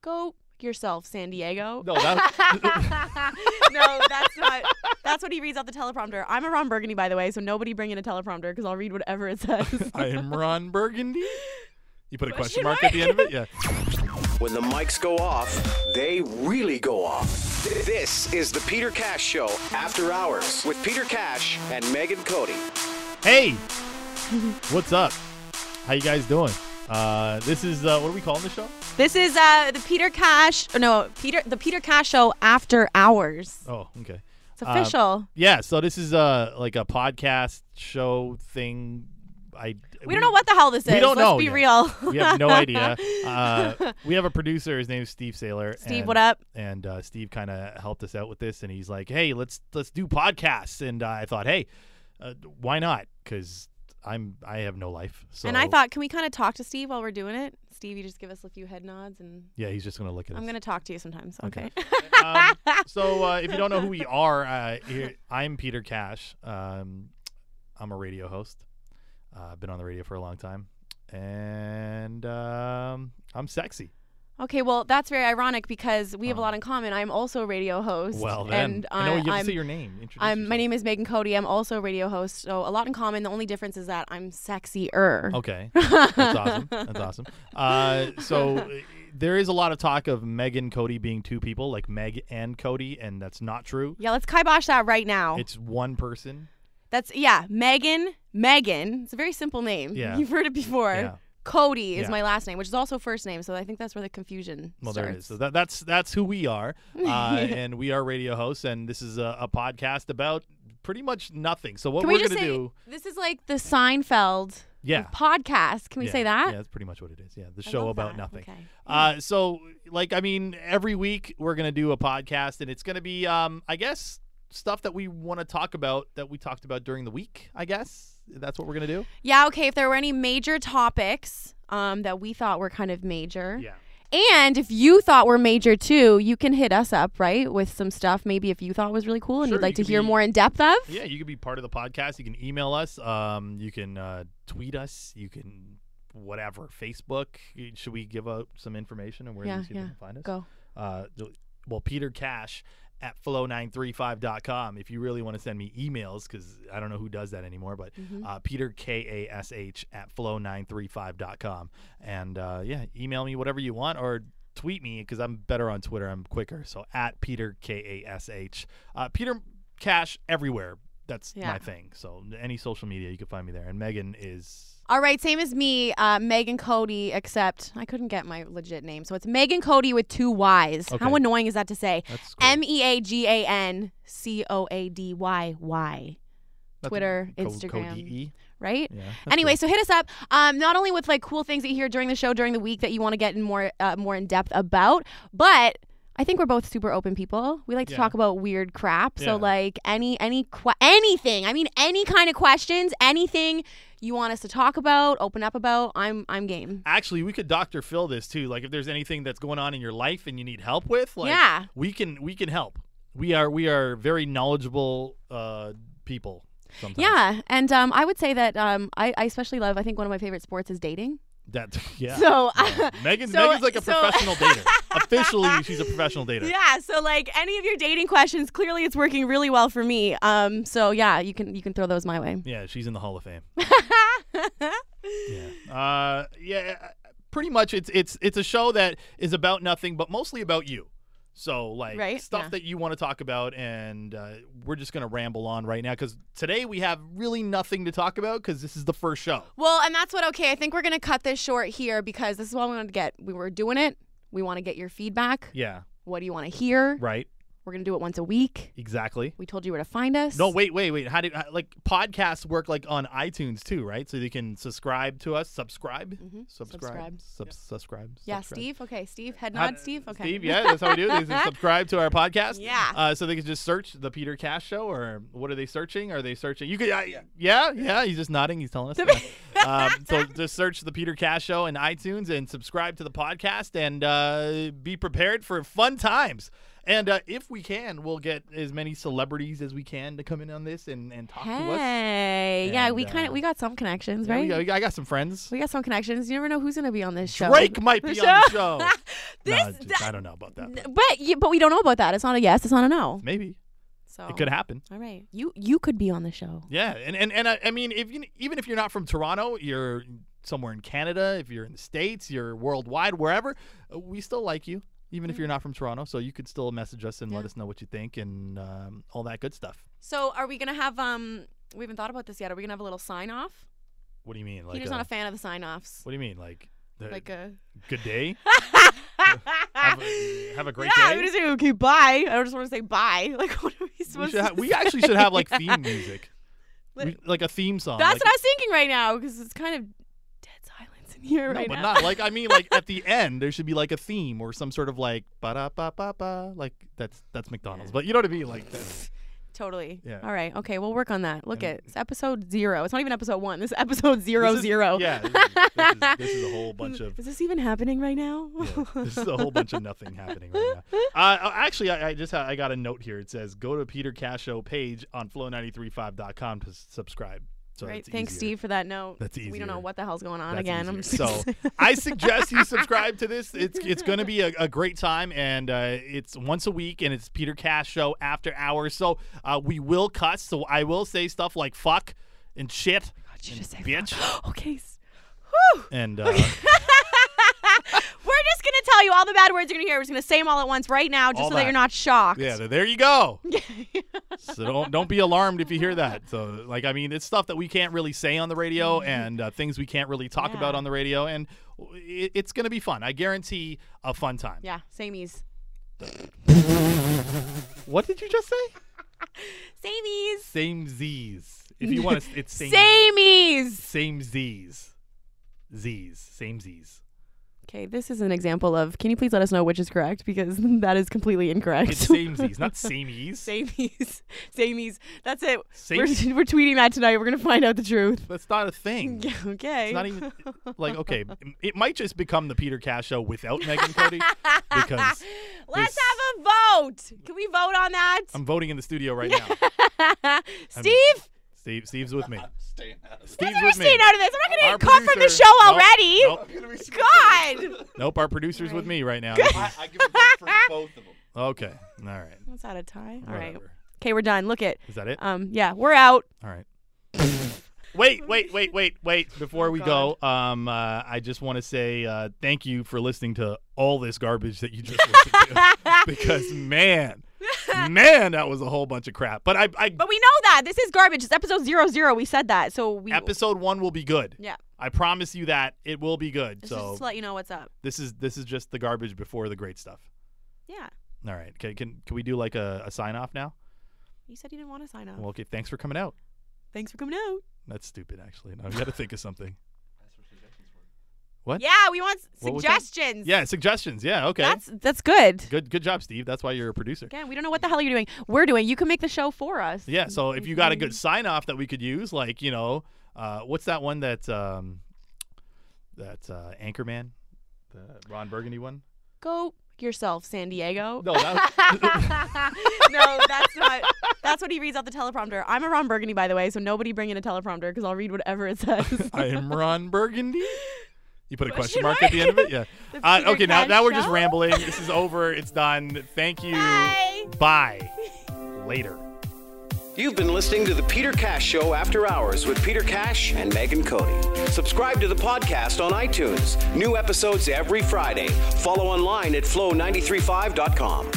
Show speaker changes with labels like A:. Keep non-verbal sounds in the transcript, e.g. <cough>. A: go yourself, San Diego.
B: No, that,
A: <laughs> no, that's not. That's what he reads out the teleprompter. I'm a Ron Burgundy, by the way, so nobody bring in a teleprompter because I'll read whatever it says.
B: <laughs> I am Ron Burgundy. You put a
A: Question
B: question mark at the end of it? Yeah.
C: When the mics go off, they really go off. This is the Peter Cash Show After Hours with Peter Cash and Megan Cody.
B: Hey, what's up? How you guys doing? Uh, this is uh, what are we calling the show?
A: this is uh the Peter Cash. oh, No, Peter the Peter Cash show after hours.
B: Oh, okay.
A: It's official.
B: Yeah, so this is uh like a podcast show thing. I
A: we don't know what the hell this is.
B: we don't
A: Let's
B: know
A: be
B: yet. <laughs>
A: real.
B: we have
A: <laughs>
B: no idea. Uh, we have a producer. His name's Steve Saylor.
A: Steve,
B: and-
A: what up?
B: And uh, Steve kind of helped us out with this, and he's like, "Hey, let's let's do podcasts." And uh, I thought, "Hey, uh, why not?" Because I'm I have no life. So
A: And I thought, can we kind of talk to Steve while we're doing it? Steve, you just give us a few head nods, and
B: yeah, he's just gonna look at us.
A: I'm gonna talk to you sometimes.
B: Okay.
A: Okay. <laughs>
B: um, so uh, if you don't know who we are, uh, here, I'm Peter Cash. Um, I'm a radio host. Uh, I've been on the radio for a long time, and um, I'm sexy.
A: okay. Well, that's very ironic because we have a lot
B: Um,
A: in common. I'm also a radio host.
B: Well, then
A: and
B: I know you have
A: I'm
B: to say your name. Introduce
A: I'm, my
B: yourself.
A: name is Megan Cody. I'm also a radio host, so a lot in common. The only difference is that I'm sexier. <laughs>
B: Okay, that's awesome. That's awesome. Uh, so <laughs> uh, there is a lot of talk of Meg and Cody being two people, like Meg and Cody, and that's not true.
A: Yeah, let's kibosh that right now.
B: It's one person.
A: That's yeah, Megan. Megan. It's a very simple name.
B: Yeah.
A: You've heard it before.
B: Yeah.
A: Cody is
B: Yeah.
A: my last name, which is also first name, so I think that's where the confusion
B: Well,
A: starts.
B: there it is. So that, that's that's who we are,
A: <laughs>
B: uh, and we are radio hosts, and this is a, a podcast about pretty much nothing. So what
A: Can
B: we're
A: we just
B: gonna
A: say
B: do?
A: this is like the Seinfeld
B: Yeah.
A: podcast? Can we
B: yeah,
A: say that?
B: Yeah, that's pretty much what it is. Yeah, the
A: I
B: show
A: love
B: about
A: that.
B: nothing.
A: Okay.
B: Uh, so like I mean, every week we're gonna do a podcast, and it's gonna be, um, I guess, stuff that we want to talk about that we talked about during the week. I guess that's what we're gonna do.
A: Yeah, okay. If there were any major topics um, that we thought were kind of major.
B: Yeah.
A: And if you thought were major too, you can hit us up, right? With some stuff maybe if you thought was really cool and
B: Sure,
A: you'd like
B: you
A: to
B: could
A: hear
B: be-
A: more in depth of.
B: Yeah, you could be part of the podcast. You can email us. Um, you can uh, tweet us. You can whatever Facebook. Y- Should we give out some information and where
A: Yeah,
B: these people
A: yeah.
B: can find us?
A: Go.
B: Uh, d- well, Peter Cash at flow935.com if you really want to send me emails because I don't know who does that anymore, but
A: Mhm.
B: uh, Peter K A S H at flow935.com. And uh, yeah, email me whatever you want or tweet me because I'm better on Twitter. I'm quicker. So at Peter K A S H. Uh, Peter Cash everywhere. That's
A: Yeah.
B: my thing. So any social media, you can find me there. And Megan is.
A: All right, same as me, uh, Megan Cody, except I couldn't get my legit name. So it's Megan Cody with two Y's.
B: Okay.
A: How annoying is that to say?
B: That's cool.
A: M E A G A N C O A D Y Y.
B: That's
A: Twitter,
B: co-
A: Instagram.
B: co-de. E
A: right?
B: Yeah. that's
A: anyway, so
B: cool.
A: hit us up. Um, not only with like cool things that you hear during the show during the week that you want to get in more uh, more in depth about, but I think we're both super open people. We like to
B: Yeah.
A: talk about weird crap.
B: Yeah.
A: So like any any que- anything. I mean any kind of questions, anything you want us to talk about, open up about. I'm I'm game.
B: actually we could Dr. Phil this too. Like if there's anything that's going on in your life and you need help with, like
A: Yeah.
B: we can we can help. We are we are very knowledgeable uh people sometimes.
A: Yeah, and um, I would say that um, I, I especially love. I think one of my favorite sports is dating.
B: That <laughs> yeah.
A: So <laughs>
B: Yeah. Megan
A: so-
B: Megan's like a
A: so- <laughs>
B: professional dater. Officially she's a professional dater.
A: Yeah, so like any of your dating questions, clearly it's working really well for me. Um, so yeah, you can you can throw those my way.
B: Yeah, she's in the Hall of Fame. yeah. Uh, yeah. Pretty much, it's it's it's a show that is about nothing, but mostly about you. So like
A: Right,
B: stuff
A: yeah.
B: that you want to talk about, and uh, we're just gonna ramble on right now because today we have really nothing to talk about because this is the first show.
A: <laughs> Well, and that's what okay. I think we're gonna cut this short here because this is what we wanted to get. We were doing it. We want to get your feedback.
B: Yeah.
A: What do you want to hear?
B: Right.
A: We're gonna do it once a week.
B: Exactly.
A: We told you where to find us.
B: No, wait, wait, wait. How do how, like podcasts work like on iTunes too, right? So they can subscribe to us. Subscribe.
A: Mhm.
B: Subscribe.
A: Subscribe.
B: Sub- Subscribe.
A: Yeah,
B: subscribe.
A: Steve. Okay, Steve. Head
B: How-
A: nod, Steve. Okay.
B: Uh, Steve, yeah, that's how we do it. They
A: <laughs>
B: just subscribe to our podcast.
A: Yeah.
B: Uh, so they can just search the Peter Cash Show, or what are they searching? Are they searching? You could, uh, yeah, yeah, He's just nodding. He's
A: <laughs>
B: telling us. Yeah. um, so just search the Peter Cash Show in iTunes and subscribe to the podcast, and uh, be prepared for fun times. And uh, if we can, we'll get as many celebrities as we can to come in on this and, and talk to us.
A: Hey, yeah, we
B: And,
A: kind
B: uh,
A: of we got some connections,
B: Yeah,
A: right?
B: we got- I got some friends.
A: We got some connections. You never know who's gonna be on this show.
B: Drake might be on
A: <laughs>
B: the show.
A: this,
B: Nah, just-
A: that-
B: I don't know about that. but
A: but you, but we don't know about that. It's not a yes. It's not a no.
B: Maybe
A: So
B: it could happen.
A: All right, you you could be on the show.
B: Yeah, and and, and I, I mean, if you even if you're not from Toronto, you're somewhere in Canada. If you're in the states, you're worldwide, wherever. uh, We still like you, even
A: Mm-hmm.
B: if you're not from Toronto. So you could still message us and let us know what you think and um, all that good stuff.
A: So are we gonna have um? We haven't thought about this yet. Are we gonna have a little sign off?
B: What do you mean? Like,
A: Peter's
B: uh,
A: not a fan of the sign offs.
B: what do you mean? Like, the,
A: Like uh, a.
B: good
A: <laughs>
B: day.
A: have
B: have, a, have a great
A: <laughs> yeah,
B: day.
A: I'm just saying, okay, bye. I just want to say bye. <laughs> Like, what are we
B: we,
A: supposed
B: should
A: to
B: ha-
A: <laughs>
B: we
A: say?
B: actually should have like
A: Yeah. <laughs>
B: theme music,
A: Li-
B: We- like a theme song.
A: That's
B: like,
A: what I was thinking right now because it's kind of dead silence in <laughs> here
B: No,
A: right
B: but
A: now.
B: not like I mean like
A: <laughs>
B: at the end there should be like a theme or some sort of like ba da ba ba ba like that's that's McDonald's. But you know what I mean? Like that's-
A: Totally.
B: Yeah.
A: All right. Okay. We'll work on that. Look
B: And-
A: at it's episode zero. It's not even episode one. This is episode <laughs> <laughs> zero
B: this is-
A: zero.
B: Yeah. This is, this is
A: <laughs>
B: a whole bunch of
A: Is this even happening right now? <laughs>
B: yeah, this is a whole bunch of nothing happening right now. Uh, oh, actually, I, I just ha- I got a note here. It says go to Peter Casho page on flow935.com to s- subscribe. So
A: Right.
B: it's
A: Thanks,
B: easier.
A: Steve, for that note.
B: That's
A: We don't know
B: easier.
A: what the hell's going on
B: That's
A: again. I'm <laughs>
B: easier.
A: just-
B: so I suggest you subscribe to this. It's it's going to be a, a great time, and uh, it's once a week, and it's Peter Cash show after hours. So uh, we will cuss. So I will say stuff like fuck and shit
A: God, you just say
B: bitch.
A: fuck. <gasps> okay. s-
B: <laughs>
A: <laughs>
B: and uh,
A: We're just gonna tell you all the bad words you're gonna hear. We're just gonna say them all at once right now, just
B: All
A: so
B: that.
A: that you're not shocked.
B: yeah. th- There
A: <laughs>
B: you go. so don't don't be alarmed if you hear that. So like I mean, it's stuff that we can't really say on the radio, and uh, things we can't really talk
A: Mm-hmm. Yeah.
B: about on the radio, and it, it's going to be fun. I guarantee a fun time.
A: Yeah. Samies.
B: What did you just say?
A: Samies.
B: Same Z's. If you want to,
A: <laughs>
B: it's same.
A: Samies.
B: Same Z's. Z's.
A: <laughs>
B: Same Z's.
A: Okay. This is an example of. Can you please let us know which is correct because <laughs> that is completely incorrect.
B: It's
A: <laughs>
B: same Z's, not same E's.
A: Samies. Samies. That's it. We're, <laughs>
B: Same-
A: we're tweeting that tonight. We're going to find out the truth. <laughs>
B: That's not a thing.
A: okay.
B: It's not even like okay. It might just become the Peter Cash show without Megan
A: <laughs>
B: Cody because
A: Let's
B: this-
A: have a vote. Can we vote on that? <laughs>
B: I'm voting in the studio right now.
A: Steve?
B: Steve,
D: <laughs>
B: Steve's with me.
D: Staying out of
B: Steve's
A: We're
B: with me.
A: staying out of this. I'm not
B: Our
A: going to get cut from the
B: producer-
A: show
B: Nope,
A: already.
B: Nope,
D: I'm gonna be super
A: <laughs> God.
B: nope. Our producer's with me right now.
D: I, I give a vote for both of them.
B: Okay. All right.
A: That's out of time. All right.
B: Whatever.
A: Okay, we're done. Look at.
B: Is that it?
A: Um, yeah, we're out.
B: All right. wait, wait, wait, wait, wait. Before we
A: Oh, God.
B: go, um, uh, I just want to say uh, thank you for listening to all this garbage that you just
A: <laughs>
B: listened to. <laughs> Because <laughs> man, man, that was a whole bunch of crap. But I, I
A: But we know that. This is garbage. It's episode zero zero. We said that. So we.
B: episode one will be good.
A: Yeah.
B: I promise you that it will be good.
A: Just,
B: so
A: just to let you know what's up.
B: this is this is just the garbage before the great stuff.
A: Yeah.
B: All right. Can can, can we do like a, a sign off now?
A: You said you didn't want to sign up.
B: Well, okay. Thanks for coming out.
A: Thanks for coming out.
B: That's stupid, actually. No, I've got to think
A: <laughs>
B: of something.
D: That's where suggestions were.
B: What?
A: Yeah, we want s-
B: What was that?
A: suggestions.
B: Yeah. Suggestions. Yeah. Okay.
A: That's that's good.
B: good. Good job, Steve. That's why you're a producer.
A: Again, we don't know what the hell you're doing. We're doing. You can make the show for us.
B: Yeah, so if you got a
A: Mm-hmm.
B: good sign off that we could use, like you know, uh, what's that one that um, that uh, Anchorman, the Ron Burgundy one?
A: Go yourself, San Diego.
B: No, that
A: <laughs> No, that's not. That's what he reads off the teleprompter. I'm a Ron Burgundy, by the way, so nobody bring in a teleprompter because I'll read whatever it says.
B: I am Ron Burgundy. You put a
A: Question
B: question mark at the end of it, yeah.
A: The
B: Uh,
A: Peter
B: okay, now
A: Pan
B: now we're just
A: show?
B: rambling. This is over. It's done. Thank you.
A: Bye.
B: Bye. Later.
C: You've been listening to The Peter Cash Show After Hours with Peter Cash and Megan Cody. Subscribe to the podcast on iTunes. New episodes every Friday. Follow online at flow935.com.